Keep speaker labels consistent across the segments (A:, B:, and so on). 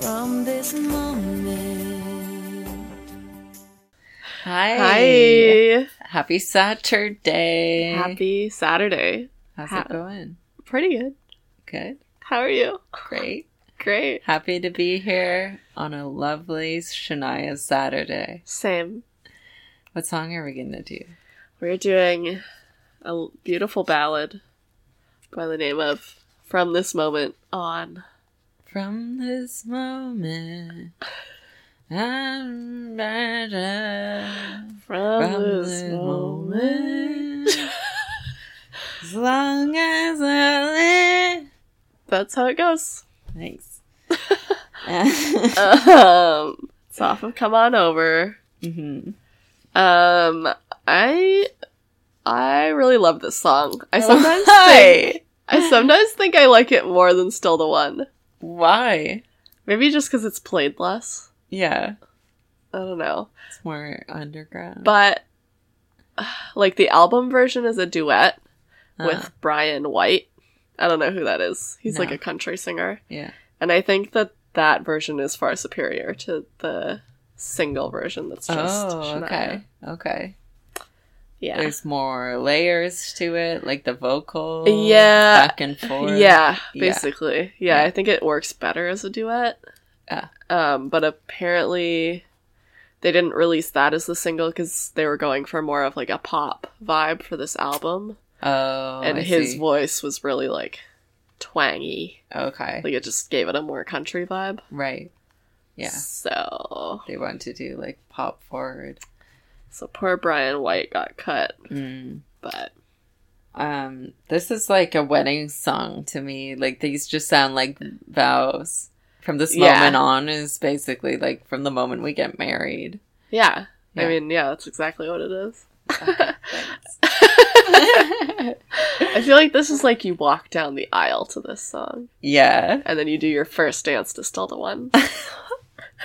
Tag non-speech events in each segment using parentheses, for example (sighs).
A: from this moment. Hi.
B: Hi.
A: Happy Saturday.
B: Happy Saturday.
A: How's
B: ha-
A: it going?
B: Pretty good.
A: Good.
B: How are you?
A: Great.
B: Great.
A: Happy to be here on a lovely Shania Saturday.
B: Same.
A: What song are we going to do?
B: We're doing a l- beautiful ballad by the name of From This Moment On.
A: From this moment, I'm better.
B: From,
A: From
B: this,
A: this
B: moment.
A: moment, as long as I live.
B: That's how it goes.
A: (laughs) Thanks. Uh,
B: (laughs) um, it's off of Come On Over. Mm-hmm.
A: Mhm.
B: Um, I I really love this song. I
A: I
B: sometimes
A: love-
B: think, I sometimes think I like it more than Still the One.
A: Why?
B: Maybe just because it's played less.
A: Yeah,
B: I don't know.
A: it's more underground.
B: But (sighs) like the album version is a duet
A: Uh,
B: with Brian White. I don't know who that is. He's like
A: No.
B: a country singer.
A: yeah,
B: And I think that that version is far superior to the single version that's just
A: oh,
B: Shania.
A: okay, okay.
B: Yeah.
A: There's more layers to it, like the vocal,
B: Yeah.
A: back and forth,
B: yeah,
A: yeah.
B: basically. Yeah,
A: Yeah.
B: I think it works better as a duet.
A: Ah.
B: Um, but apparently they didn't release that as the single because they were going for more of like a pop vibe for this album.
A: Oh,
B: and
A: I
B: his
A: see.
B: voice was really like twangy.
A: Okay,
B: Like it just gave it a more country vibe.
A: right. Yeah,
B: So
A: they want to do like pop forward.
B: so poor Brian White got cut,
A: Mm.
B: but
A: Um, this is like a wedding song to me. Like these just sound like vows. From this
B: Yeah.
A: moment on is basically like from the moment we get
B: (laughs)
A: married.
B: yeah. I
A: Yeah.
B: mean, yeah, that's exactly what it is.
A: Okay, Uh,
B: (laughs)
A: thanks.
B: I feel like this is like you walk down the aisle to this song,
A: yeah.
B: and then you do your first dance to Still the One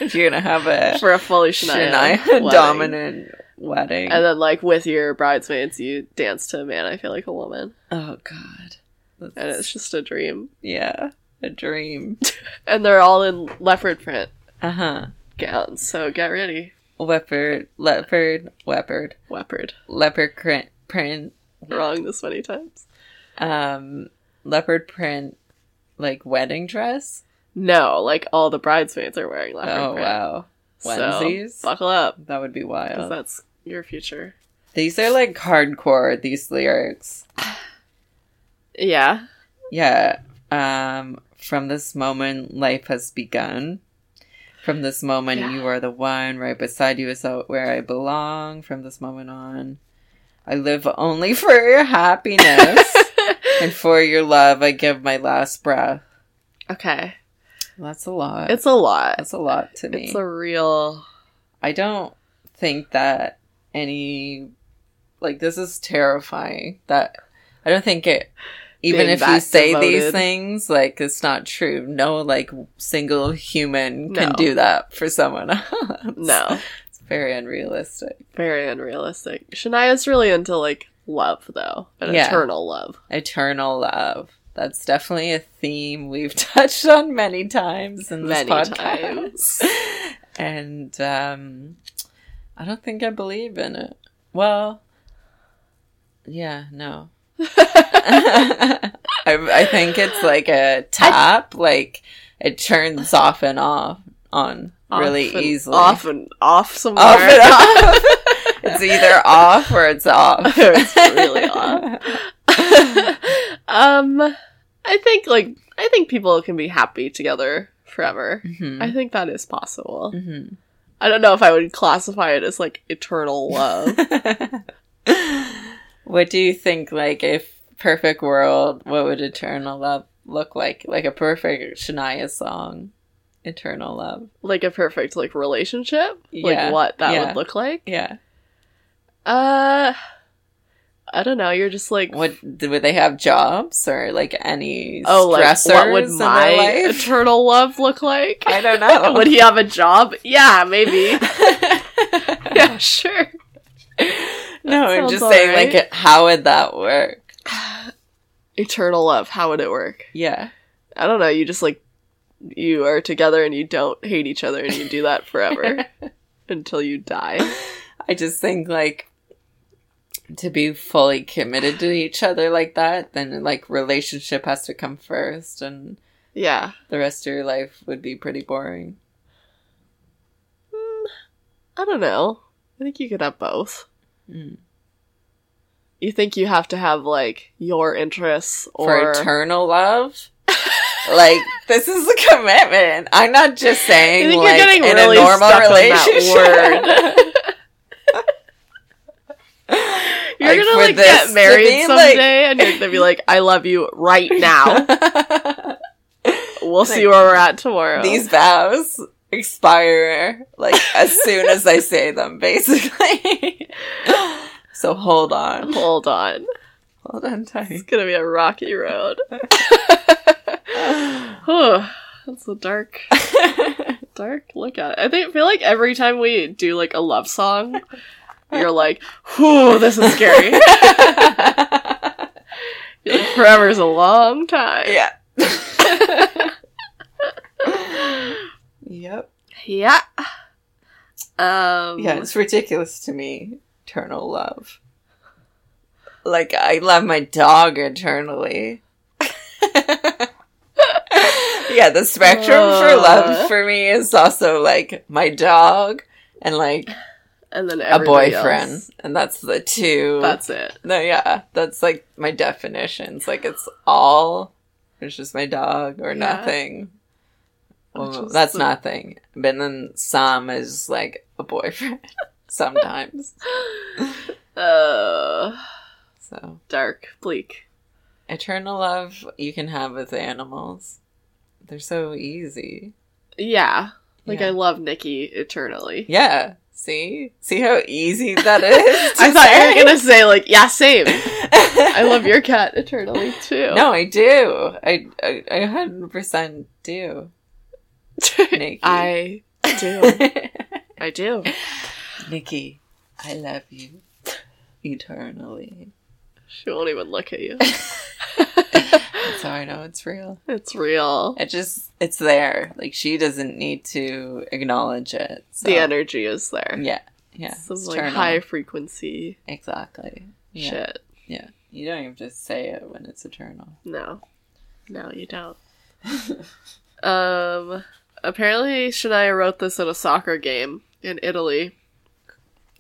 A: If you're gonna have a
B: (laughs) for a fully Shania,
A: Shania, (laughs)
B: wedding.
A: dominant wedding.
B: And then, like with your bridesmaids, you dance to "Man, I Feel Like a Woman,"
A: oh god. That's,
B: and it's just a dream.
A: yeah. A dream.
B: And they're all in leopard print
A: Uh-huh.
B: gowns, so get ready,
A: Leopard leopard leopard.
B: leopard.
A: Leopard print print
B: Wrong this many times.
A: um leopard print like wedding dress.
B: No, like all the bridesmaids are wearing leopard
A: Oh
B: print.
A: wow. Onesies?
B: So, buckle up,
A: That would be
B: because
A: wild.
B: that's your future.
A: These are like hardcore these lyrics.
B: Yeah.
A: Yeah. Um from this moment life has begun. From this moment
B: Yeah.
A: you are the one right beside you is out where I belong from this moment on. I live only (laughs) for your
B: (laughs)
A: happiness and for your love I give my last breath.
B: okay.
A: That's a lot.
B: It's a lot.
A: that's a lot to me.
B: It's a real.
A: I don't think that any like this is terrifying. That I don't think it even
B: Being
A: if you
B: that
A: say these
B: devoted.
A: things, like it's not true. No like single human can
B: No.
A: do that for someone (laughs) else.
B: No.
A: (laughs) It's very unrealistic.
B: Very unrealistic. Shania's really into, like, love, though. An
A: Yeah.
B: eternal love.
A: Eternal love. That's definitely a theme we've (laughs) touched on many times in this
B: Many
A: podcast. (laughs) And um I don't think I believe in it. Well, yeah, no. (laughs) I, I think it's like a tap, like it turns off and off on really
B: Off and-
A: easily.
B: Off and off
A: (laughs)
B: somewhere.
A: Off and off. (laughs) it's either off or it's
B: (laughs)
A: off.
B: It's really off. (laughs)
A: (laughs)
B: um, I think, like, I think people can be happy together forever.
A: Mhm.
B: I think that is possible.
A: Mhm.
B: I don't know if I would classify it as, like,
A: (laughs)
B: eternal love.
A: what do you think like if perfect world what would eternal love look like like a perfect shania song eternal love
B: like, a perfect, like, relationship.
A: Yeah.
B: Like, what that
A: Yeah.
B: would look like.
A: yeah
B: Uh, I don't know. You're just like
A: what would they have jobs or like any
B: Oh, like
A: stressors
B: what would
A: in
B: my
A: their life?
B: eternal love look like?
A: (laughs) i don't
B: (laughs)
A: know
B: would he have a job? Yeah, maybe. (laughs) yeah, sure.
A: (laughs) no i'm
B: sounds
A: just
B: all
A: saying
B: right.
A: like how would that work
B: Eternal love. How would it work?
A: yeah
B: I don't know. You just like you are together and you don't hate each other and you do that
A: (laughs)
B: forever until you die.
A: I just think like to be fully committed to each other like that, then like relationship has to come first, and
B: Yeah.
A: the rest of your life would be pretty boring.
B: Mm, I don't know. I think you could have both.
A: Mm.
B: You think you have to have like your interests
A: For
B: or
A: eternal love,
B: (laughs)
A: like this is a commitment. I'm not just saying
B: I think
A: like
B: you're getting
A: in
B: really
A: a normal
B: stuck on that
A: relationship.
B: word. (laughs) You're
A: Like,
B: gonna
A: for
B: like
A: this
B: get
A: to
B: married
A: be, like-
B: someday, and you're gonna be like, "I love you right now." (laughs)
A: (laughs)
B: We'll see
A: Like,
B: where we're at
A: (laughs)
B: tomorrow.
A: These vows expire like as soon as I say them,
B: (laughs)
A: basically. so hold on,
B: Hold on,
A: hold on
B: it's (laughs)
A: tight.
B: gonna be a rocky road. (sighs) Whew. That's a dark, dark look at it. I think feel like every time we do like a love song,
A: (laughs)
B: you're like, "Whew, this is scary." You're like, Forever's a long time.
A: yeah. yep.
B: Yeah. Um,
A: Yeah, it's ridiculous to me. Eternal love. Like I love my dog eternally. (laughs) yeah, the spectrum for
B: Uh.
A: love for me is also like my dog and like
B: and then
A: a
B: everybody
A: boyfriend,
B: else.
A: and that's the two.
B: That's it.
A: no, yeah, that's like my definitions. Like it's all. It's just my dog or
B: Yeah.
A: nothing. Well,
B: Which is
A: that's
B: the-
A: nothing. But then some is like a boyfriend (laughs) sometimes.
B: Uh,
A: So
B: dark, bleak.
A: eternal love you can have with animals. They're so easy.
B: Yeah. Like
A: yeah.
B: I love Nikki eternally.
A: yeah. See, see how easy that
B: (laughs)
A: is.
B: I
A: to
B: thought
A: say?
B: you were gonna say like, yeah, same.
A: (laughs)
B: I love your cat eternally too. (laughs)
A: No, I do. I I, I 100% do. Nikki.
B: I do.
A: (laughs)
B: I do.
A: Nikki, I love you eternally.
B: She won't even look at you.
A: So I know it's real.
B: it's real.
A: It just it's there. Like she doesn't need to acknowledge it. So.
B: The energy is there.
A: Yeah. Yeah.
B: Some
A: it's
B: like
A: eternal.
B: high frequency
A: Exactly. Yeah.
B: shit.
A: Yeah. You don't even just say it when it's eternal.
B: No. No,
A: (laughs)
B: you don't. um apparently Shania wrote this at a soccer game in Italy.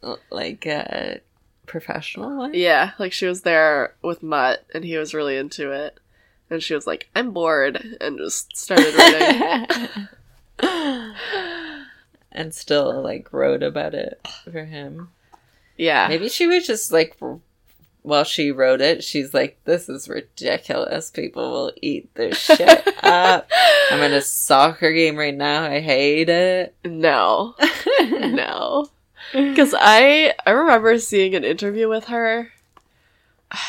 A: L- Like
B: uh,
A: a professional one?
B: Yeah, like she was there with Mutt and he was really into it. And she was like, I'm bored and just started
A: (laughs)
B: writing. (laughs)
A: and still like wrote about it for him.
B: yeah.
A: Maybe she was just like r- while she wrote it, she's like, This is ridiculous. People will eat this shit
B: (laughs)
A: up. I'm at a soccer game right now. I hate it.
B: No. No. Because I I remember seeing an interview with her.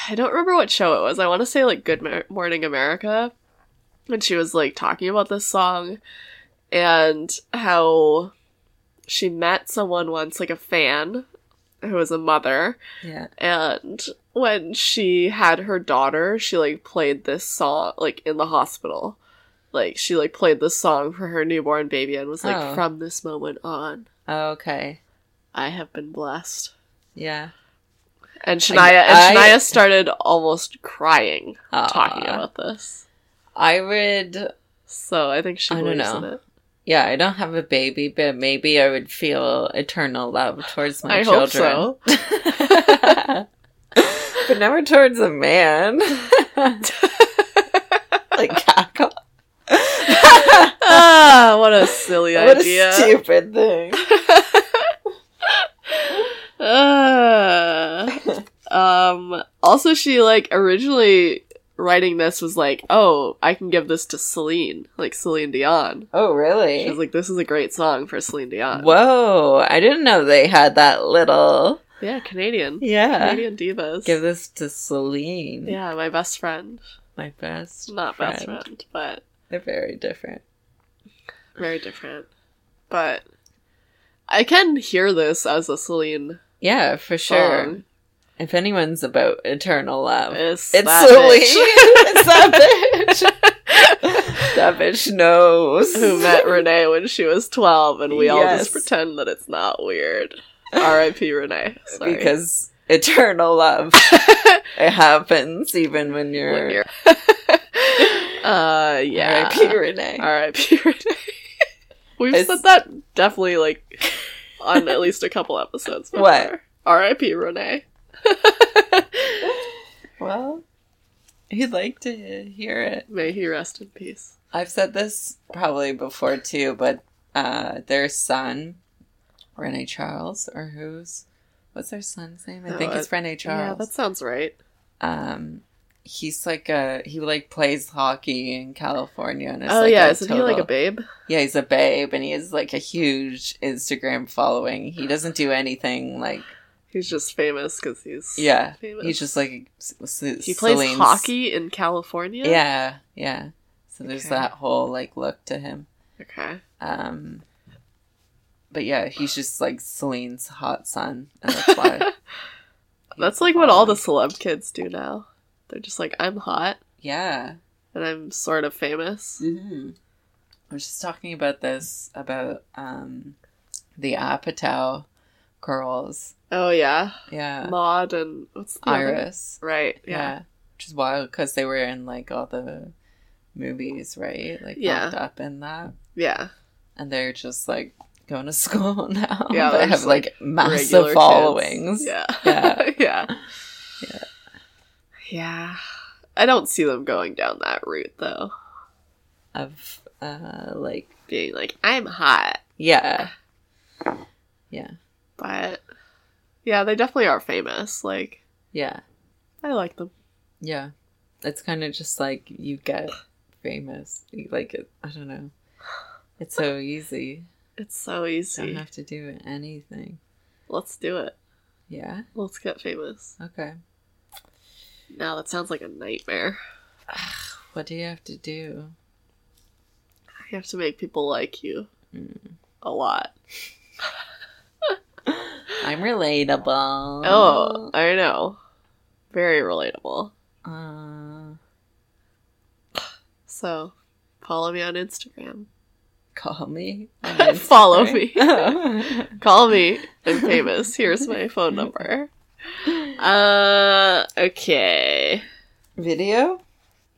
B: I don't remember what show it was. I want to say like Good Mo- Morning America, and she was like talking about this song, and how she met someone once, like a fan, who was a mother,
A: yeah.
B: and when she had her daughter, she like played this song like in the hospital. Like she like played this song for her newborn baby and was like,
A: Oh.
B: from this moment on,
A: okay.
B: I have been blessed.
A: Yeah.
B: And Shania
A: I-
B: and
A: I-
B: Shania started almost crying talking
A: Aw.
B: about this.
A: I would
B: So I think she
A: I don't
B: believes
A: know.
B: in it.
A: yeah, I don't have a baby, but maybe I would feel eternal love towards my
B: I hope
A: children.
B: so.
A: (laughs) but never towards a
B: (laughs)
A: man. (laughs) like cackle.
B: (laughs) ah, what a
A: (laughs)
B: silly
A: what
B: idea.
A: a stupid thing.
B: (laughs) Ah. um also she like originally writing this was like, "Oh, I can give this to Celine, like Celine Dion."
A: Oh, really?
B: She was like, uh, "This is a great song for Celine Dion."
A: Whoa, I didn't know they had that little.
B: Yeah, Canadian.
A: Yeah.
B: Canadian divas.
A: Give this to Celine.
B: yeah, my best friend.
A: My best.
B: Not best
A: friend.
B: friend, but
A: They're very different.
B: very different. But I can hear this as a Celine
A: Yeah, for sure.
B: song.
A: If anyone's about eternal love,
B: Um, It's,
A: it's
B: that
A: Celine. (laughs)
B: bitch.
A: it's
B: (laughs)
A: that bitch. Savage (laughs) knows.
B: who met Renee when she was 12, and we all
A: Yes.
B: just pretend that it's not weird. R.I.P. Renee. Sorry.
A: Because eternal
B: (laughs)
A: love. it happens even when you're,
B: When you're-
A: (laughs)
B: (laughs) uh, yeah.
A: R.I.P. Renee.
B: R.I.P. Renee. (laughs) We've
A: It's-
B: said that definitely like on at least a couple episodes. Before.
A: What?
B: R.I.P. Renee.
A: Well, he'd like to hear it.
B: May he rest in peace.
A: I've said this probably before too, but uh, their son, Renee Charles, or who's what's their son's name? I
B: Oh,
A: think it's Renee
B: Yeah,
A: Charles.
B: that sounds right.
A: um, he's like a he like plays hockey in California. And is
B: oh
A: like
B: yeah,
A: a
B: isn't he like a
A: total-
B: babe?
A: Yeah, he's a babe, and he has like a huge Instagram following. He doesn't do anything like
B: He's just famous because he's
A: yeah.
B: famous.
A: He's just like S- S-
B: he plays
A: Celine's-
B: hockey in California.
A: Yeah, yeah. So there's
B: Okay.
A: that whole like look to him.
B: Okay.
A: Um, but yeah, he's just like Celine's hot son, and that's
B: (laughs)
A: why.
B: That's like what all the celeb kids do now. They're just like, I'm hot
A: yeah.
B: and I'm sort of famous.
A: Mm-hmm. I was just talking about this about um, the Apatow girls.
B: Oh yeah,
A: Yeah,
B: Maud and what's the other-
A: Iris.
B: Right.
A: Yeah.
B: Yeah.
A: which is wild because they were in like all the movies, right? Like
B: Yeah.
A: locked up in that,
B: Yeah.
A: and they're just like going to (laughs) school now.
B: Yeah,
A: they
B: they're
A: have
B: just,
A: like,
B: Regular
A: massive
B: kids.
A: followings.
B: Yeah.
A: Yeah.
B: (laughs) yeah.
A: Yeah.
B: Yeah. I don't see them going down that route though.
A: of uh, like
B: Being like, I'm hot.
A: yeah, yeah,
B: But yeah, they definitely are famous. Like,
A: yeah.
B: I like them.
A: Yeah. It's kind of just like you get famous. You, like, it, I don't know. It's so easy.
B: It's so
A: You don't
B: easy.
A: have to do anything.
B: Let's do it.
A: Yeah.
B: Let's get famous.
A: Okay.
B: Now that sounds like a nightmare.
A: What do you have to do?
B: (gasps) You have to make people like you
A: Mm.
B: a lot.
A: I'm relatable.
B: Oh, I know. Very relatable.
A: Uh,
B: So, follow me on Instagram.
A: call me. on
B: (laughs) Follow
A: Instagram.
B: Call me. I'm famous. Here's my phone number. (laughs) Uh, okay.
A: (laughs) Video?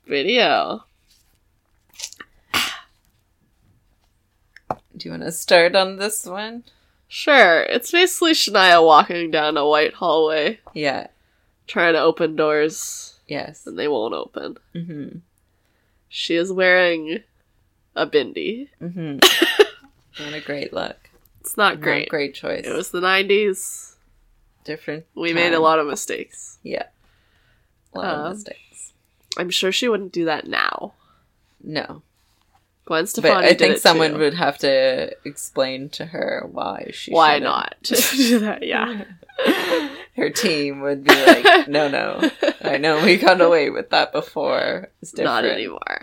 B: Video.
A: Do you want to start on this one?
B: Sure. It's basically Shania walking down a white hallway,
A: Yeah.
B: trying to open doors,
A: Yes.
B: and they won't open.
A: Mm
B: She is wearing a bindi.
A: hmm. Mm
B: (laughs)
A: hmm. Not a great look.
B: It's not
A: Not
B: great.
A: a great choice.
B: It was the 90s.
A: different.
B: We made a
A: time.
B: lot of mistakes.
A: Yeah. A lot
B: Um,
A: of mistakes.
B: I'm sure she wouldn't do that now.
A: No.
B: Gwen
A: But
B: Stefani
A: I
B: did
A: think
B: it
A: someone
B: too.
A: would have to explain to her why she
B: Why
A: shouldn't.
B: not? do that, (laughs) yeah.
A: (laughs) Her team would be like, no,
B: (laughs)
A: no. I know we got away with that before. It's (laughs) different.
B: Not anymore.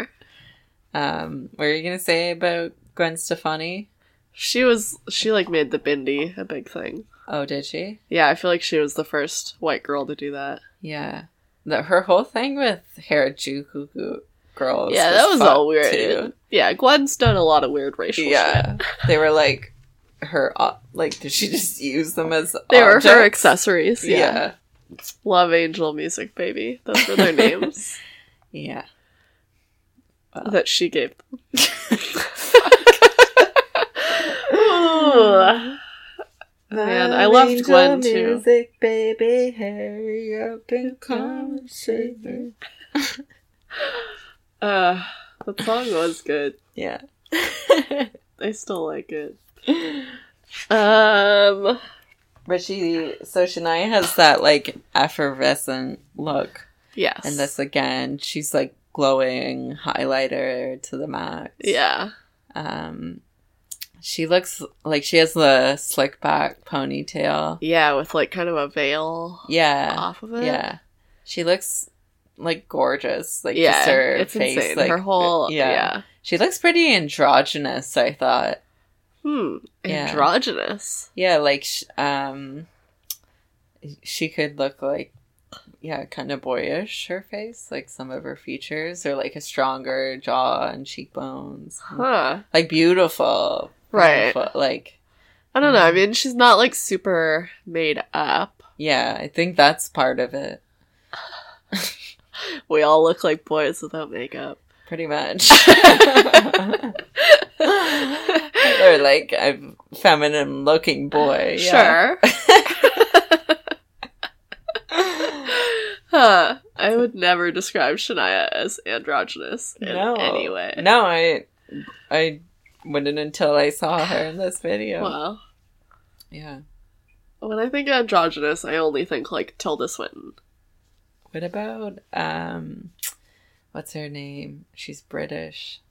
A: Um, what are you going to say about Gwen Stefani?
B: She was she like made the bindi a big thing.
A: Oh, did she?
B: Yeah, I feel like she was the first white girl to do that.
A: Yeah. The, her whole thing with Harajuku girls.
B: yeah, that was
A: fucked,
B: all weird.
A: too.
B: Yeah, Gwen's done a lot of weird racial shit.
A: Yeah. they were like, her, op- like, did she just use them as
B: They were her
A: objects?
B: accessories. Yeah.
A: Yeah.
B: Love Angel Music Baby. Those were
A: (laughs)
B: their names
A: Yeah.
B: that she gave
A: (laughs)
B: them. Ooh.
A: Oh,
B: Man, I loved Gwen, too.
A: Music, baby, hurry up and come and save me.
B: Uh, that song was good.
A: Yeah.
B: I still like it. Um,
A: (laughs) But she, so Shania has that like effervescent look.
B: yes.
A: And this again, she's like glowing highlighter to the max.
B: Yeah.
A: Um, she looks like she has the slick back ponytail.
B: Yeah, with like kind of a veil
A: Yeah.
B: off of it.
A: Yeah. She looks like gorgeous. Like
B: yeah,
A: just her
B: it's
A: face.
B: insane.
A: Like
B: her whole
A: yeah.
B: yeah,
A: She looks pretty androgynous, I thought.
B: hmm,
A: Yeah.
B: androgynous.
A: Yeah, like sh- um she could look like yeah, kind of boyish her face, like some of her features are like a stronger jaw and cheekbones. and-
B: Huh.
A: Like beautiful.
B: Right.
A: beautiful, Like
B: I don't know. I mean, she's not like super made up.
A: yeah, I think that's part of it.
B: We all look like boys without
A: (laughs)
B: makeup.
A: Pretty much. or
B: (laughs)
A: like a feminine looking boy. Yeah.
B: Sure.
A: (laughs)
B: huh. I would never describe Shania as androgynous in
A: No.
B: any way.
A: No, I I wouldn't until I saw her in this video.
B: Wow.
A: Yeah.
B: When I think androgynous, I only think like Tilda Swinton.
A: What about um what's her name? She's British.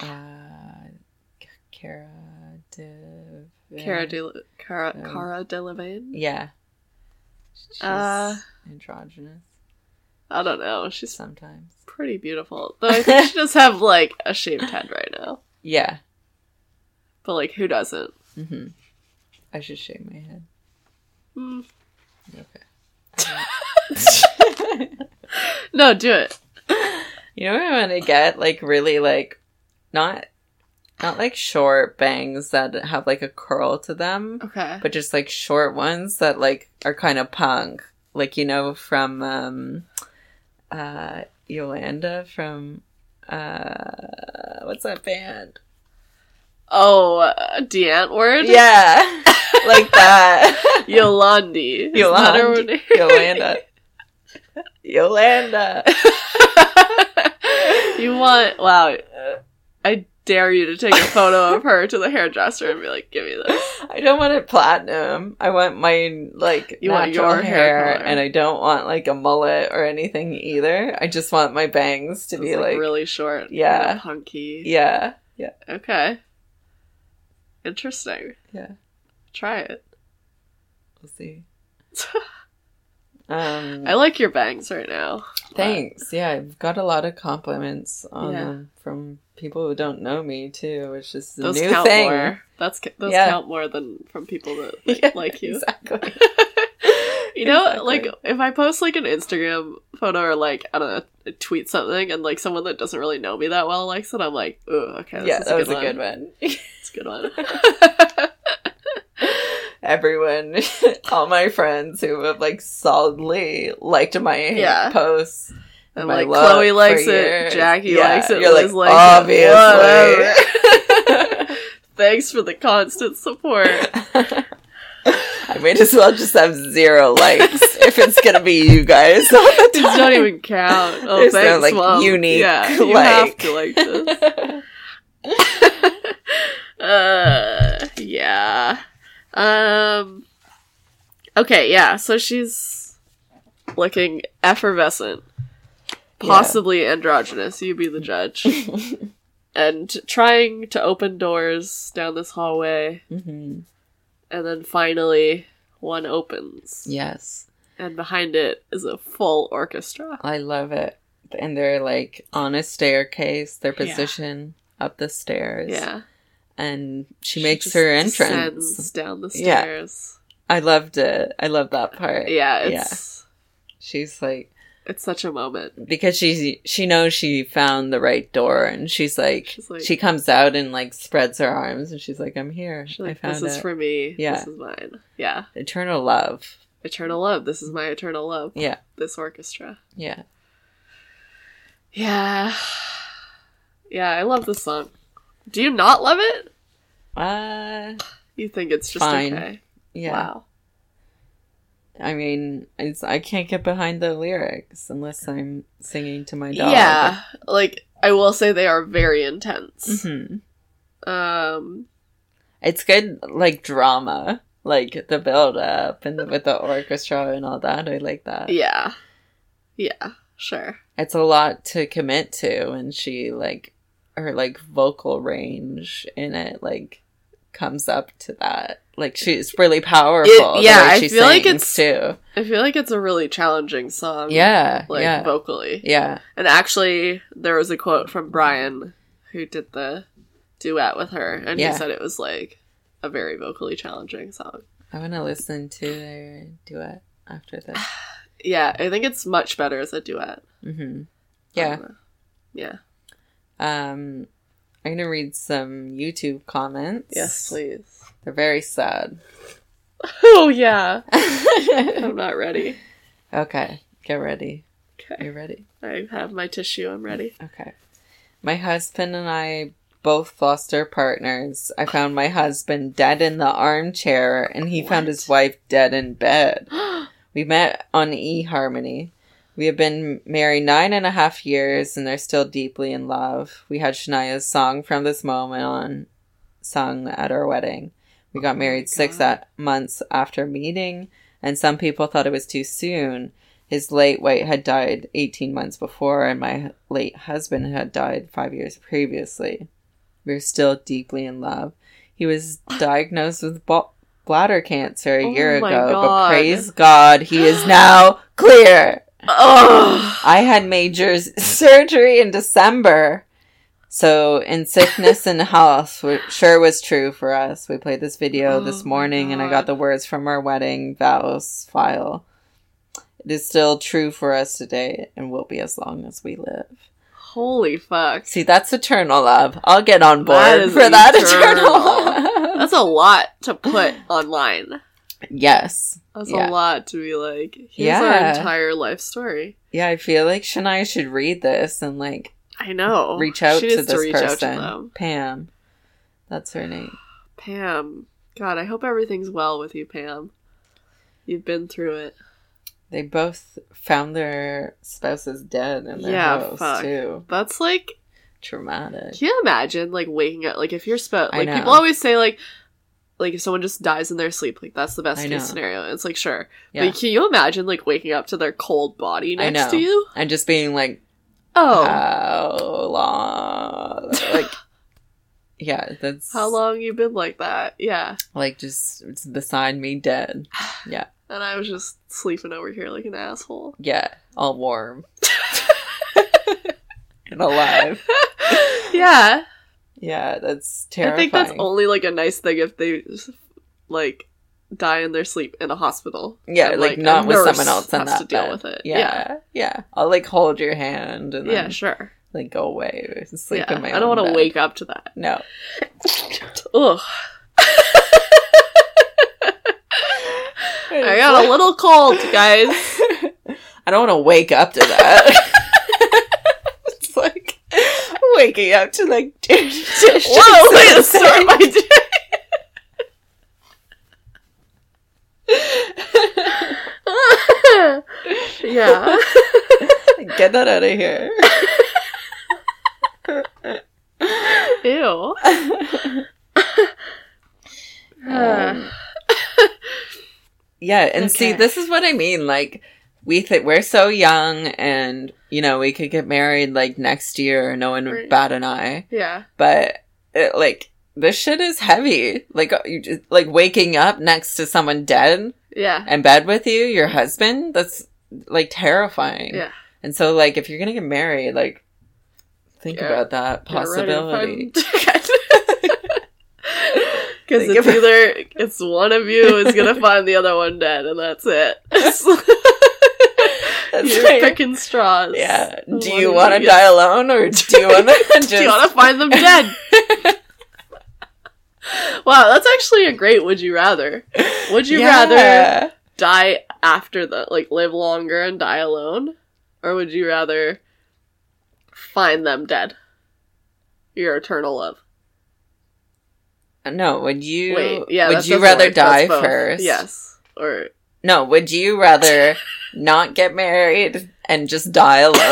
A: Uh Cara Delevingne.
B: Cara de Cara,
A: Um,
B: Cara Delevingne.
A: Yeah. She's
B: Uh,
A: androgynous
B: I don't know. She's
A: sometimes.
B: pretty beautiful, though. I think she does have like a shaved head right now.
A: Yeah.
B: But like, who doesn't?
A: Mhm. I should shake my head.
B: Hmm.
A: Okay.
B: No, do it.
A: (laughs) You know what I want to get? Like really like not not like short bangs that have like a curl to them,
B: Okay.
A: but just like short ones that like are kind of punk. Like you know from um uh Yolanda from uh what's that band?
B: Oh, uh, Word.
A: Yeah. like that.
B: Yolandi. is that her
A: Yolandi.
B: name?
A: Yolanda. (laughs) Yolanda.
B: (laughs) you want? Wow. uh, I dare you to take a photo of her to the hairdresser and be like, "Give me this."
A: I don't want it platinum. I want mine like
B: You want
A: natural
B: your hair
A: hair,
B: color.
A: and I don't want like a mullet or anything either. I just want my bangs to
B: It's,
A: be like,
B: really short.
A: Yeah.
B: kinda Punky.
A: yeah, yeah.
B: Okay. Interesting.
A: Yeah.
B: Try it.
A: We'll
B: (laughs)
A: see. Um,
B: I like your bangs right now.
A: thanks. Yeah, I've got a lot of compliments on
B: Yeah.
A: them from people who don't know me too, which is the
B: Those
A: new
B: count
A: thing.
B: more. That's ca- those
A: Yeah.
B: count more than from people
A: (laughs)
B: that like,
A: Yeah,
B: like you. (laughs)
A: exactly.
B: you know, like
A: Exactly.
B: if I post like an Instagram photo or like I don't know, tweet something, and like someone that doesn't really know me that well likes it, I'm like, ooh, okay, this
A: yeah,
B: is
A: that
B: a
A: was
B: good
A: a
B: one.
A: good one.
B: It's a good one. (laughs)
A: everyone, (laughs) all my friends who have like solidly liked my
B: Yeah.
A: posts.
B: I'm
A: my
B: like,
A: look
B: Chloe
A: for
B: likes it,
A: years.
B: Jackie
A: Yeah,
B: likes it,
A: you're
B: Liz
A: like,
B: likes it.
A: obviously.
B: whatever. Thanks for the
A: (laughs)
B: constant support.
A: (laughs) I might as well just have zero likes
B: (laughs)
A: if it's gonna be you guys. (laughs) All the
B: These
A: time.
B: don't even count. Oh,
A: There's no,
B: thanks,
A: like,
B: Mom.
A: unique,
B: Yeah,
A: (laughs)
B: you
A: like-
B: have to like
A: (laughs)
B: this. uh, yeah. Um. Okay. Yeah. So she's looking effervescent, possibly androgynous. You be
A: (laughs)
B: the judge. and trying to open doors down this hallway,
A: Mhm.
B: and then finally one opens,
A: Yes,
B: and behind it is a full orchestra.
A: I love it. And they're like on a staircase. Their
B: Yeah.
A: position up the stairs.
B: Yeah.
A: and she,
B: She
A: makes
B: just
A: her entrance.
B: descends down the
A: Yeah.
B: stairs.
A: I loved it. I love that part.
B: Yeah, it's
A: She's like
B: it's such a moment.
A: because she's she knows she found the right door and she's like,
B: She's like-
A: she comes out and like spreads her arms and she's like I'm here.
B: She's like,
A: I found
B: "This is
A: it.
B: for me.
A: Yeah.
B: This is mine. Yeah,
A: Eternal love.
B: eternal love. This is my eternal love.
A: Yeah.
B: This orchestra.
A: Yeah.
B: Yeah, yeah. I love this song. Do you not love it?
A: Uh
B: You think it's just
A: Fine.
B: okay?
A: yeah.
B: Wow.
A: I mean, it's I can't get behind the lyrics unless I'm singing to my dog.
B: Yeah, like I will say they are very intense.
A: Mhm.
B: Um,
A: It's good like drama. Like the build up and the, with the orchestra and all that. I like that.
B: yeah, yeah, sure.
A: it's a lot to commit to and she like her like vocal range in it like comes up to that like she's really powerful the
B: yeah,
A: way
B: I
A: she
B: feel like
A: sings,
B: it's-
A: too
B: I feel like it's a really challenging song.
A: yeah
B: like
A: yeah
B: vocally.
A: yeah
B: And actually, there was a quote from Brian who did the duet with her, and
A: Yeah.
B: he said it was like a very vocally challenging song.
A: I want to listen to their duet after
B: (sighs)
A: this.
B: Yeah, I think it's much better as a duet.
A: hmm Yeah.
B: Um, yeah.
A: Um, I'm going to read some YouTube comments.
B: Yes, please.
A: They're very sad. (laughs)
B: Oh yeah. I'm not ready.
A: okay, get ready.
B: Okay.
A: You ready?
B: I have my tissue. I'm ready.
A: (gasps) Okay. My husband and I both foster partners. I found my husband dead in the armchair, and he found
B: What?
A: his wife dead in bed. We met on eHarmony. We have been married nine and a half years and they're still deeply in love. We had Shania's song from this moment on sung at our wedding. We got married six
B: Oh God.
A: a- months after meeting, and some people thought it was too soon. His late wife had died 18 months before, and my late husband had died five years previously. We were still deeply in love. He
B: (sighs)
A: was diagnosed with bl- bladder cancer a
B: Oh
A: year
B: my
A: ago,
B: God.
A: but praise God, he is now clear.
B: oh.
A: I had major s- surgery in December. So, in sickness and health, which sure was true for us. We played this video
B: Oh
A: this
B: my
A: morning and I
B: God.
A: got the words from our wedding vows file. It is still true for us today and will be as long as we live.
B: Holy fuck.
A: See, that's eternal love. I'll get on board
B: That is
A: for that
B: eternal.
A: eternal love. (laughs)
B: That's a lot to put
A: (gasps)
B: online.
A: yes.
B: That's
A: Yeah.
B: a lot to be like. Here's
A: Yeah.
B: our entire life story.
A: Yeah, I feel like Shania should read this and like
B: I know.
A: reach out
B: she
A: to
B: needs
A: this
B: reach out
A: person.
B: them.
A: Pam. That's her name.
B: Pam. God, I hope everything's well with you, Pam. You've been through it.
A: They both found their spouses dead in their
B: Yeah,
A: house
B: fuck.
A: too.
B: That's like
A: Traumatic.
B: Can you imagine like waking up like if your spouse
A: I
B: like
A: know.
B: people always say like like if someone just dies in their sleep like that's the best
A: I know.
B: case scenario. And it's like sure,
A: Yeah.
B: but can you imagine like waking up to their cold body
A: I
B: next to
A: know.
B: you?
A: and just being like,
B: Oh,
A: how long? Like, yeah, that's
B: (laughs) how long you been like that? Yeah,
A: Like, just it's beside me, dead.
B: and I was just sleeping over here like an asshole. (laughs)
A: Yeah, all warm (laughs) and alive.
B: yeah,
A: Yeah, that's
B: I
A: terrifying.
B: think that's only like a nice thing if they like die in their sleep in a hospital.
A: yeah,
B: And,
A: like,
B: a
A: not with
B: nurse
A: someone else and
B: has
A: that
B: to deal
A: bad.
B: with it.
A: Yeah,
B: Yeah,
A: yeah, I'll like hold your hand and
B: yeah,
A: then
B: sure.
A: like go away. Sleep
B: yeah,
A: in my.
B: I don't
A: own
B: want to
A: bed.
B: wake up to that.
A: No.
B: Ugh. I
A: (laughs)
B: got a little cold, guys. (laughs)
A: I don't want to wake up to that. (laughs) it's like waking up to like (laughs) dish. dish-
B: Whoa, way to
A: dish-
B: start my
A: (laughs)
B: day. (laughs) yeah. (laughs)
A: Get that out of here. (sighs)
B: Ew.
A: (laughs)
B: (sighs)
A: Um, yeah, and see,
B: Okay.
A: this is what I mean. Like, we think we're so young, and you know, we could get married like next year. No one
B: Right.
A: would bat an eye.
B: yeah.
A: but it, like this shit is heavy. Like uh, you just, like waking up next to someone dead
B: Yeah.
A: in bed with you, your husband. That's like terrifying.
B: Yeah.
A: And so like if you're gonna get married, like think
B: Yeah.
A: about that
B: Get ready to
A: possibility. (laughs)
B: find- (laughs) Because
A: Think
B: it's
A: about-
B: either it's one of you is
A: (laughs)
B: gonna find the other one dead, and that's it.
A: That's
B: (laughs) You're
A: right.
B: picking straws.
A: yeah.
B: And
A: Do
B: one
A: you
B: of
A: want to
B: gets-
A: die alone or do you want to just?
B: (laughs) Do you want to find them dead?
A: (laughs)
B: wow, that's actually a great. Would you rather? Would you rather
A: Yeah.
B: die after the like live longer and die alone, or would you rather find them dead? Your eternal love.
A: No. Would you?
B: Wait, yeah.
A: Would
B: that
A: you
B: doesn't
A: rather
B: work. That's
A: die
B: both.
A: first?
B: Yes.
A: (laughs)
B: Or
A: No. Would you
B: (laughs)
A: rather not get married and just die alone?
B: (laughs)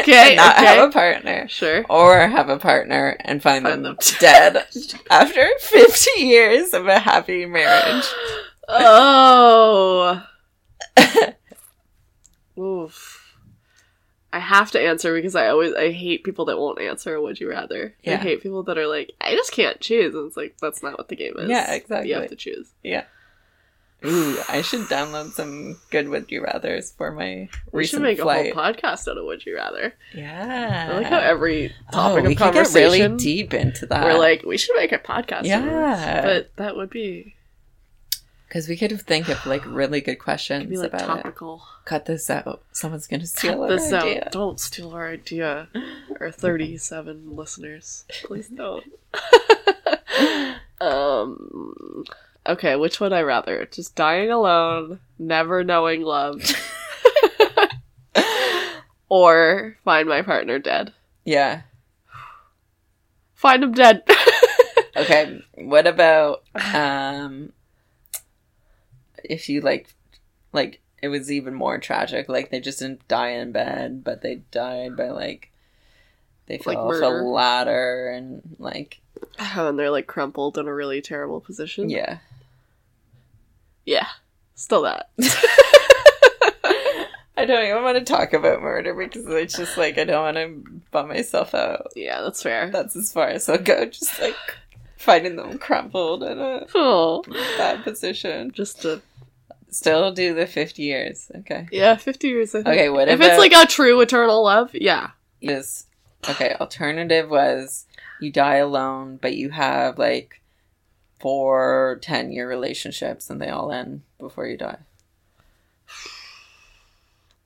B: okay,
A: and not
B: okay,
A: have a partner
B: sure.
A: or have a partner and find,
B: Find
A: them,
B: them. (laughs)
A: dead after 50 years of a happy marriage (laughs)
B: Oh. Oof. I have to answer because I always I hate people that won't answer. Would you rather? I
A: Yeah.
B: hate people that are like, I just can't choose, and it's like that's not what the game is.
A: Yeah,
B: You have
A: exactly.
B: to choose.
A: ooh i should download some good would you rathers for my
B: We
A: recent
B: should make
A: flight
B: a whole podcast out of Would You Rather.
A: yeah
B: I like how every topic
A: oh,
B: of
A: we could get
B: conversation
A: really deep into that
B: we're like, we should make a podcast. out of this.
A: Yeah.
B: but that would be
A: Because we could think of like really good questions
B: Could be like
A: about it.
B: topical.
A: Cut this out. Someone's gonna steal
B: Cut
A: our
B: this
A: idea. (laughs)
B: out. Don't steal our idea. Our 37 listeners. Please don't. um, okay, which would I rather? Just dying alone, never knowing love, or find my partner dead?
A: Yeah.
B: Find him dead. (laughs)
A: Okay. What about um if you like like it was even more tragic, like they just didn't die in bed, but they died by like they fell
B: Like
A: off
B: murder.
A: a ladder and like
B: and they're like crumpled in a really terrible position. (laughs)
A: yeah.
B: Yeah. Still that.
A: I don't even want to talk about murder because it's just like I don't want to bum myself out.
B: Yeah, that's fair.
A: That's as far as I'll go. Just like finding them crumpled in a
B: cool.
A: bad position.
B: Just a
A: Still do the 50 years. Okay.
B: Yeah, 50 years, I think.
A: Okay, what
B: if
A: about
B: it's like a true eternal love, yeah.
A: this? Okay, alternative was you die alone, but you have like four 10 year relationships and they all end before you die.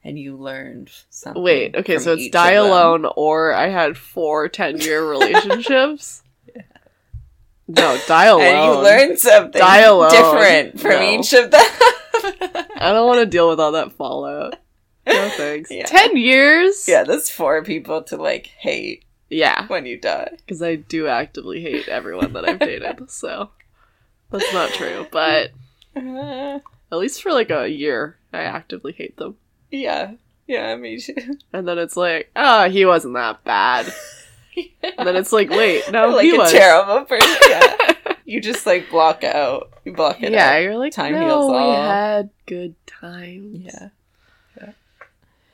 A: And you learned something.
B: Wait, okay,
A: from
B: so it's
A: each
B: die
A: of them.
B: alone or I had four
A: (laughs)
B: 10 year relationships. No, die alone.
A: And you learn something
B: Die alone.
A: different from
B: No.
A: each of them. (laughs)
B: I don't want to deal with all that fallout. No thanks.
A: Yeah.
B: 10 years?
A: yeah, that's four people to like hate
B: Yeah,
A: when you die. (laughs)
B: because I do actively hate everyone that I've dated, so that's not true. But
A: Uh,
B: at least for like a year, I actively hate them.
A: yeah, yeah, me too. (laughs)
B: And then it's like, oh, he wasn't that bad. And then it's like, wait,
A: (laughs)
B: no,
A: like
B: Oh, he
A: a
B: was.
A: terrible person.
B: (laughs)
A: Yeah. you just like block out. You block it
B: yeah,
A: out.
B: you're like,
A: Time
B: no,
A: heals
B: we
A: all."
B: had good times.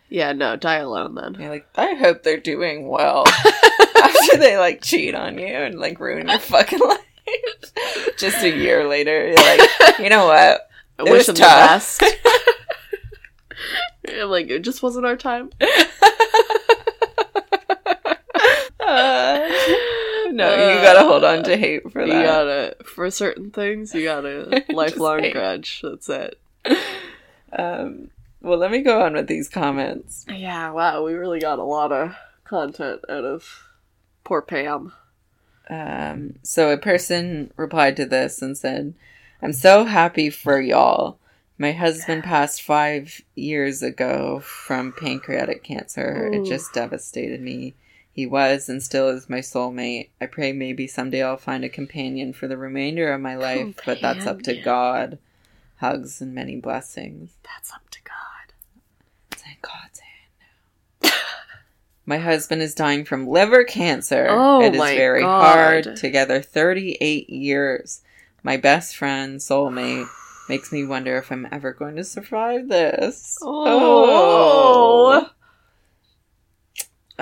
B: Yeah, no, die alone then.
A: You're like, I hope they're doing well
B: (laughs)
A: after they like cheat on you and like ruin your fucking (laughs) life. just a year later, you're like, you know what?
B: I
A: It
B: wish
A: was
B: him (laughs)
A: tough.
B: the best. I'm like, it just wasn't our time.
A: Uh, no,
B: Uh,
A: you gotta hold on to hate for
B: You
A: that.
B: gotta, for certain things, you (laughs) gotta
A: Just
B: lifelong
A: hate.
B: grudge. That's it.
A: Um, well, let me go on with these comments.
B: Yeah, wow, we really got a lot of content out of poor Pam.
A: Um, so a person replied to this and said, I'm so happy for y'all. My
B: (sighs)
A: husband passed five years ago from pancreatic cancer.
B: Ooh.
A: It just devastated me. He was and still is my soulmate. I pray maybe someday I'll find a companion for the remainder of my life, but that's up to
B: Companion.
A: God. Hugs and many blessings.
B: That's up to God.
A: Thank God. Zan. (laughs) My husband is dying from liver cancer.
B: Oh
A: it is
B: my
A: very
B: God.
A: hard. Together 38 years. My best friend,
B: (sighs)
A: soulmate, makes me wonder if I'm ever going to survive this.
B: Oh.
A: Oh.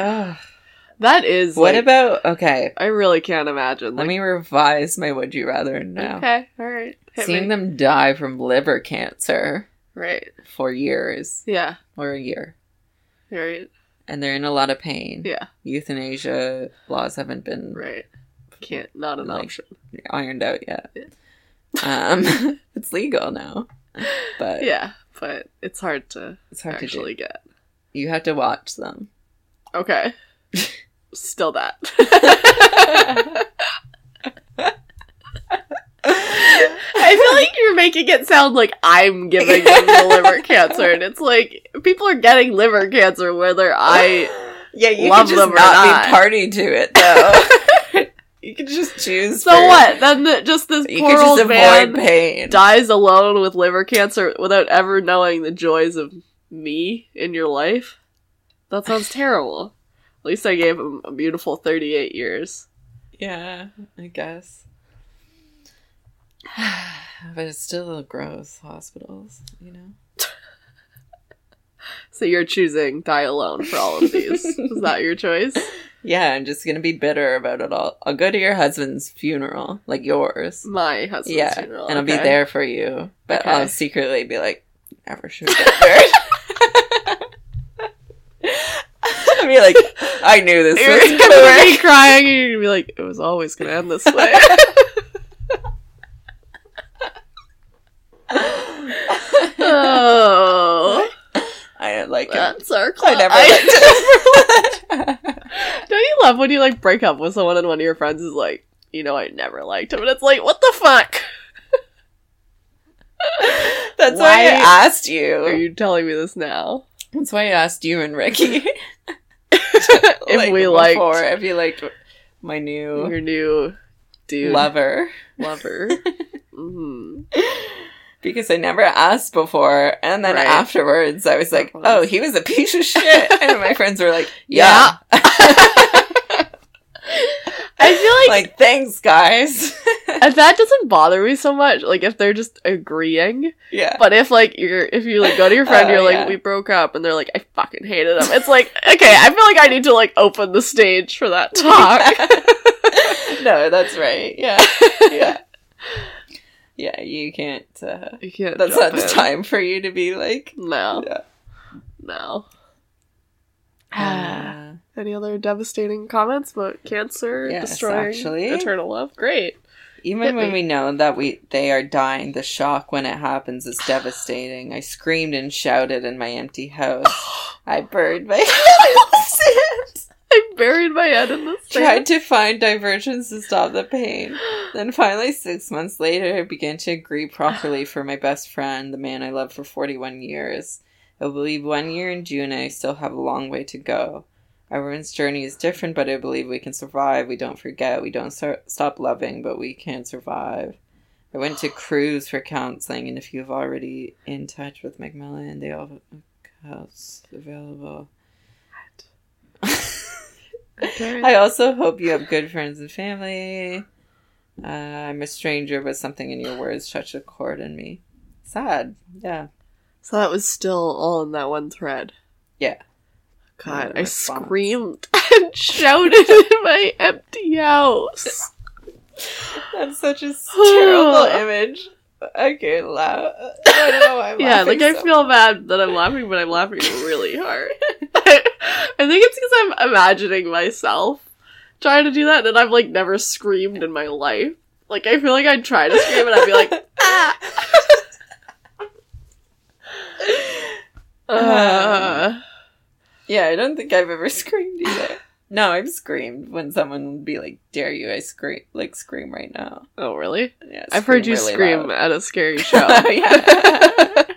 A: Ugh.
B: That is
A: What
B: like-
A: about okay?
B: I really can't imagine.
A: Let
B: Like,
A: me revise my would you rather now.
B: Okay, all right. Hit
A: Seeing
B: me.
A: them die from liver cancer
B: Right.
A: for years
B: Yeah.
A: or a year
B: Right.
A: and they're in a lot of pain.
B: Yeah.
A: euthanasia laws haven't been
B: Right. Can't. Not an
A: Like-
B: option.
A: ironed out yet. Um, (laughs) it's legal now, but
B: Yeah, but it's hard to
A: it's hard
B: actually
A: to
B: get.
A: do. You have to watch (laughs) them.
B: Okay. (laughs)
A: (laughs)
B: Still that. I feel like you're making it sound like I'm giving them the
A: (laughs)
B: liver cancer, and it's like people are getting liver cancer whether
A: (laughs)
B: I.
A: yeah, you
B: love
A: can just
B: them or
A: not,
B: not.
A: be party to it though. (laughs) you can just choose.
B: So
A: for-
B: what? Then the, just this
A: You
B: poor
A: can just
B: old
A: avoid
B: man
A: pain.
B: dies alone with liver cancer without ever knowing the joys of me in your life? That
A: (sighs)
B: sounds terrible. At least I gave him a beautiful 38 years.
A: yeah, I guess. (sighs) But it's still gross hospitals, you know.
B: So you're choosing die alone for all of these. Is that your
A: (laughs)
B: choice?
A: Yeah, I'm just gonna be bitter about it all. I'll go to your husband's funeral, like yours.
B: My husband's
A: yeah,
B: funeral.
A: and I'll be
B: okay.
A: there for you, but I'll
B: Okay.
A: secretly be like, never should have been (laughs) there. I'll be like, I knew this
B: You're
A: was
B: gonna be (laughs)
A: coming.
B: crying and you're gonna be like, it was always gonna end this way. (laughs) Oh,
A: (laughs) I don't like it.
B: that's our
A: I
B: club.
A: never liked him.
B: (laughs) Don't you love when you like break up with someone and one of your friends is like, you know, I never liked him, and it's like, what the fuck?
A: That's why,
B: Why
A: I asked
B: Are
A: you.
B: you telling me this now?
A: That's why I asked you and Ricky (laughs)
B: If we liked
A: before, if you liked my new
B: your new dude
A: lover
B: (laughs) lover. hmm
A: because I never asked before, and then
B: Right.
A: afterwards I was like, oh, he was a piece of shit, and my friends were like, yeah,
B: Yeah. I feel like,
A: like thanks guys, (laughs)
B: and that doesn't bother me so much. Like if they're just agreeing,
A: yeah.
B: but if like you're if you like go to your friend,
A: Oh,
B: you're like
A: yeah.
B: we broke up, and they're like I fucking hated him. It's like okay, I feel like I need to like open the stage for
A: (laughs)
B: that talk.
A: no, that's right. Yeah, yeah, yeah. You can't. Uh,
B: You can't
A: that's
B: jump
A: not the
B: in.
A: time for you to be like.
B: No,
A: Yeah. (sighs)
B: no. Um,
A: Uh,
B: Any other devastating comments about cancer
A: Yes,
B: destroying
A: actually.
B: eternal love? Great.
A: (sighs)
B: (gasps)
A: Even
B: Hit
A: when
B: me.
A: we know that we they are dying, the shock when it happens is devastating. I screamed and shouted in my empty house. I buried my (laughs) head.
B: I buried my head in the
A: (laughs) Tried
B: sand.
A: to find diversions to stop the pain. Then finally, six months later, I began to grieve properly for my best friend, the man I loved for 41 years. I believe one year in June, and I still have a long way to go. Everyone's journey is different, but I believe we can survive. We don't forget. We don't sur- stop loving, but we can survive. I went to cruise for counseling, and if you've already in touch with Macmillan, they all have accounts available. (laughs)
B: Okay.
A: I also hope you have good friends and family. Uh, I'm a stranger, but something in your words touched a chord in me. Sad. Yeah.
B: so that was still all in that one thread.
A: Yeah.
B: God,
A: No
B: I
A: response.
B: screamed (laughs) and shouted in my
A: (laughs)
B: empty house.
A: That's such a
B: (sighs)
A: terrible image. I can't laugh. I don't know why I'm
B: yeah,
A: laughing
B: like I
A: so-
B: feel bad that I'm laughing, but I'm laughing really hard. (laughs) I think it's because I'm imagining myself trying to do that, and I've like never screamed in my life. Like I feel like I'd try to scream, and I'd
A: (laughs)
B: be like, ah. Uh,
A: Yeah, I don't think I've ever (laughs) screamed either. No, I've screamed when someone would be like, "Dare you?" I scream, like scream right now.
B: oh really?
A: Yeah,
B: I've heard you
A: really
B: scream
A: loud.
B: at a scary
A: (laughs)
B: show,
A: yeah.
B: at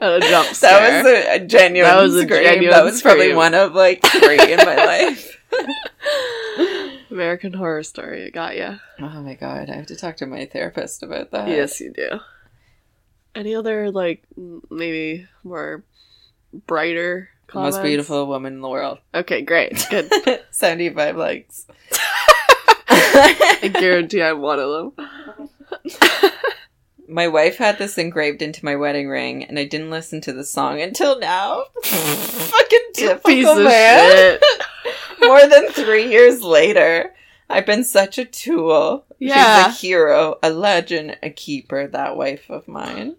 B: a
A: (laughs)
B: jump
A: That
B: scare.
A: was a, a genuine
B: That was a
A: scream.
B: genuine
A: that was probably
B: scream.
A: one of like three in
B: (laughs)
A: my life.
B: American Horror Story. It got you.
A: Oh my god, I have to talk to my therapist about that.
B: yes, you do. Any other like m- maybe more brighter
A: The
B: comments?
A: most beautiful woman in the world. (laughs)
B: Okay, great, good.
A: 75 (laughs) likes.
B: I guarantee I'm one of
A: (laughs)
B: them.
A: my wife had this engraved into my wedding ring, and I didn't listen to the song until (laughs) now. Fucking typical
B: Piece of
A: man.
B: shit.
A: (laughs) More than three years later, I've been such a tool.
B: Yeah.
A: She's a hero, a legend, a keeper, that wife of mine.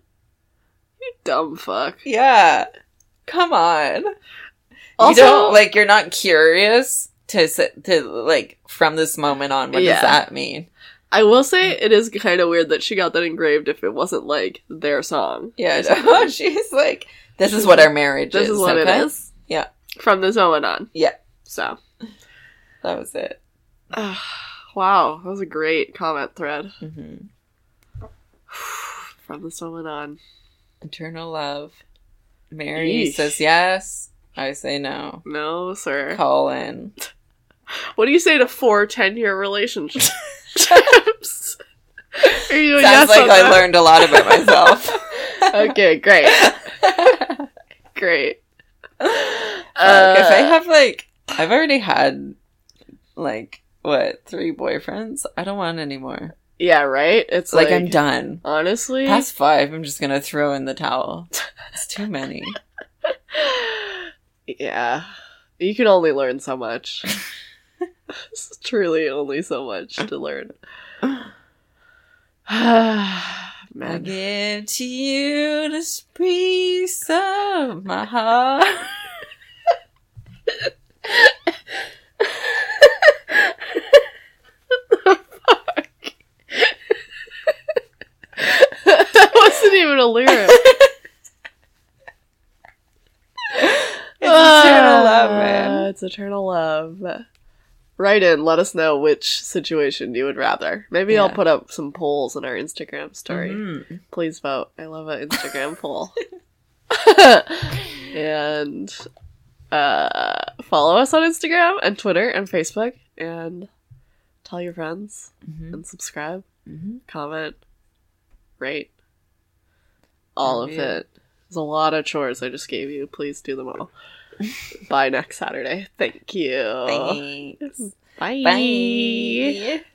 B: Dumb fuck.
A: Yeah. Come on.
B: Also,
A: you don't like you're not curious to s- to like from this moment on what
B: Yeah.
A: does that mean?
B: I will say it is kind of weird that she got that engraved if it wasn't like their song.
A: Yeah. no, (laughs) she's like this is what our marriage
B: This
A: is.
B: is what
A: okay?
B: it is.
A: Yeah.
B: (laughs) From this moment on.
A: Yeah.
B: So.
A: That was it.
B: Ugh, wow, that was a great comment thread. (sighs)
A: hmm
B: From this moment on.
A: Eternal love. Mary
B: Yeesh.
A: says yes. I say no.
B: No, sir.
A: Call
B: (laughs)
A: in.
B: What do you say to four 10 year relationships? Are you doing
A: Sounds
B: yes
A: like
B: on
A: I
B: that?
A: learned a lot about
B: (laughs)
A: myself.
B: Okay, great.
A: (laughs)
B: Great.
A: Fuck, if I
B: Uh,
A: have like, I've already had like what three boyfriends. I don't want any more.
B: yeah, right? It's
A: It's like,
B: like,
A: I'm done.
B: Honestly,
A: Past five, I'm just gonna throw in the towel. It's (laughs) too many.
B: yeah. You can only learn so
A: (laughs)
B: much. It's truly only so much to learn. (sighs)
A: I
B: (laughs) Man.
A: give to you this piece of my heart.
B: I wasn't a lyric.
A: (laughs) (laughs) It's eternal love,
B: Ah,
A: man.
B: It's eternal love. Write in, let us know which situation you would rather. Maybe I'll
A: Yeah.
B: put up some polls in our Instagram story.
A: Mhm.
B: Please vote. I love an (laughs) Instagram poll. and uh, follow us on Instagram and Twitter and Facebook and tell your friends
A: Mhm.
B: and subscribe,
A: Mhm.
B: comment, rate. All of
A: Review.
B: it. There's a lot of chores I just gave you. Please do them (laughs) all.
A: Mm-hmm.
B: By next Saturday. Thank you.
A: Oh. Thanks.
B: Bye.
A: Bye.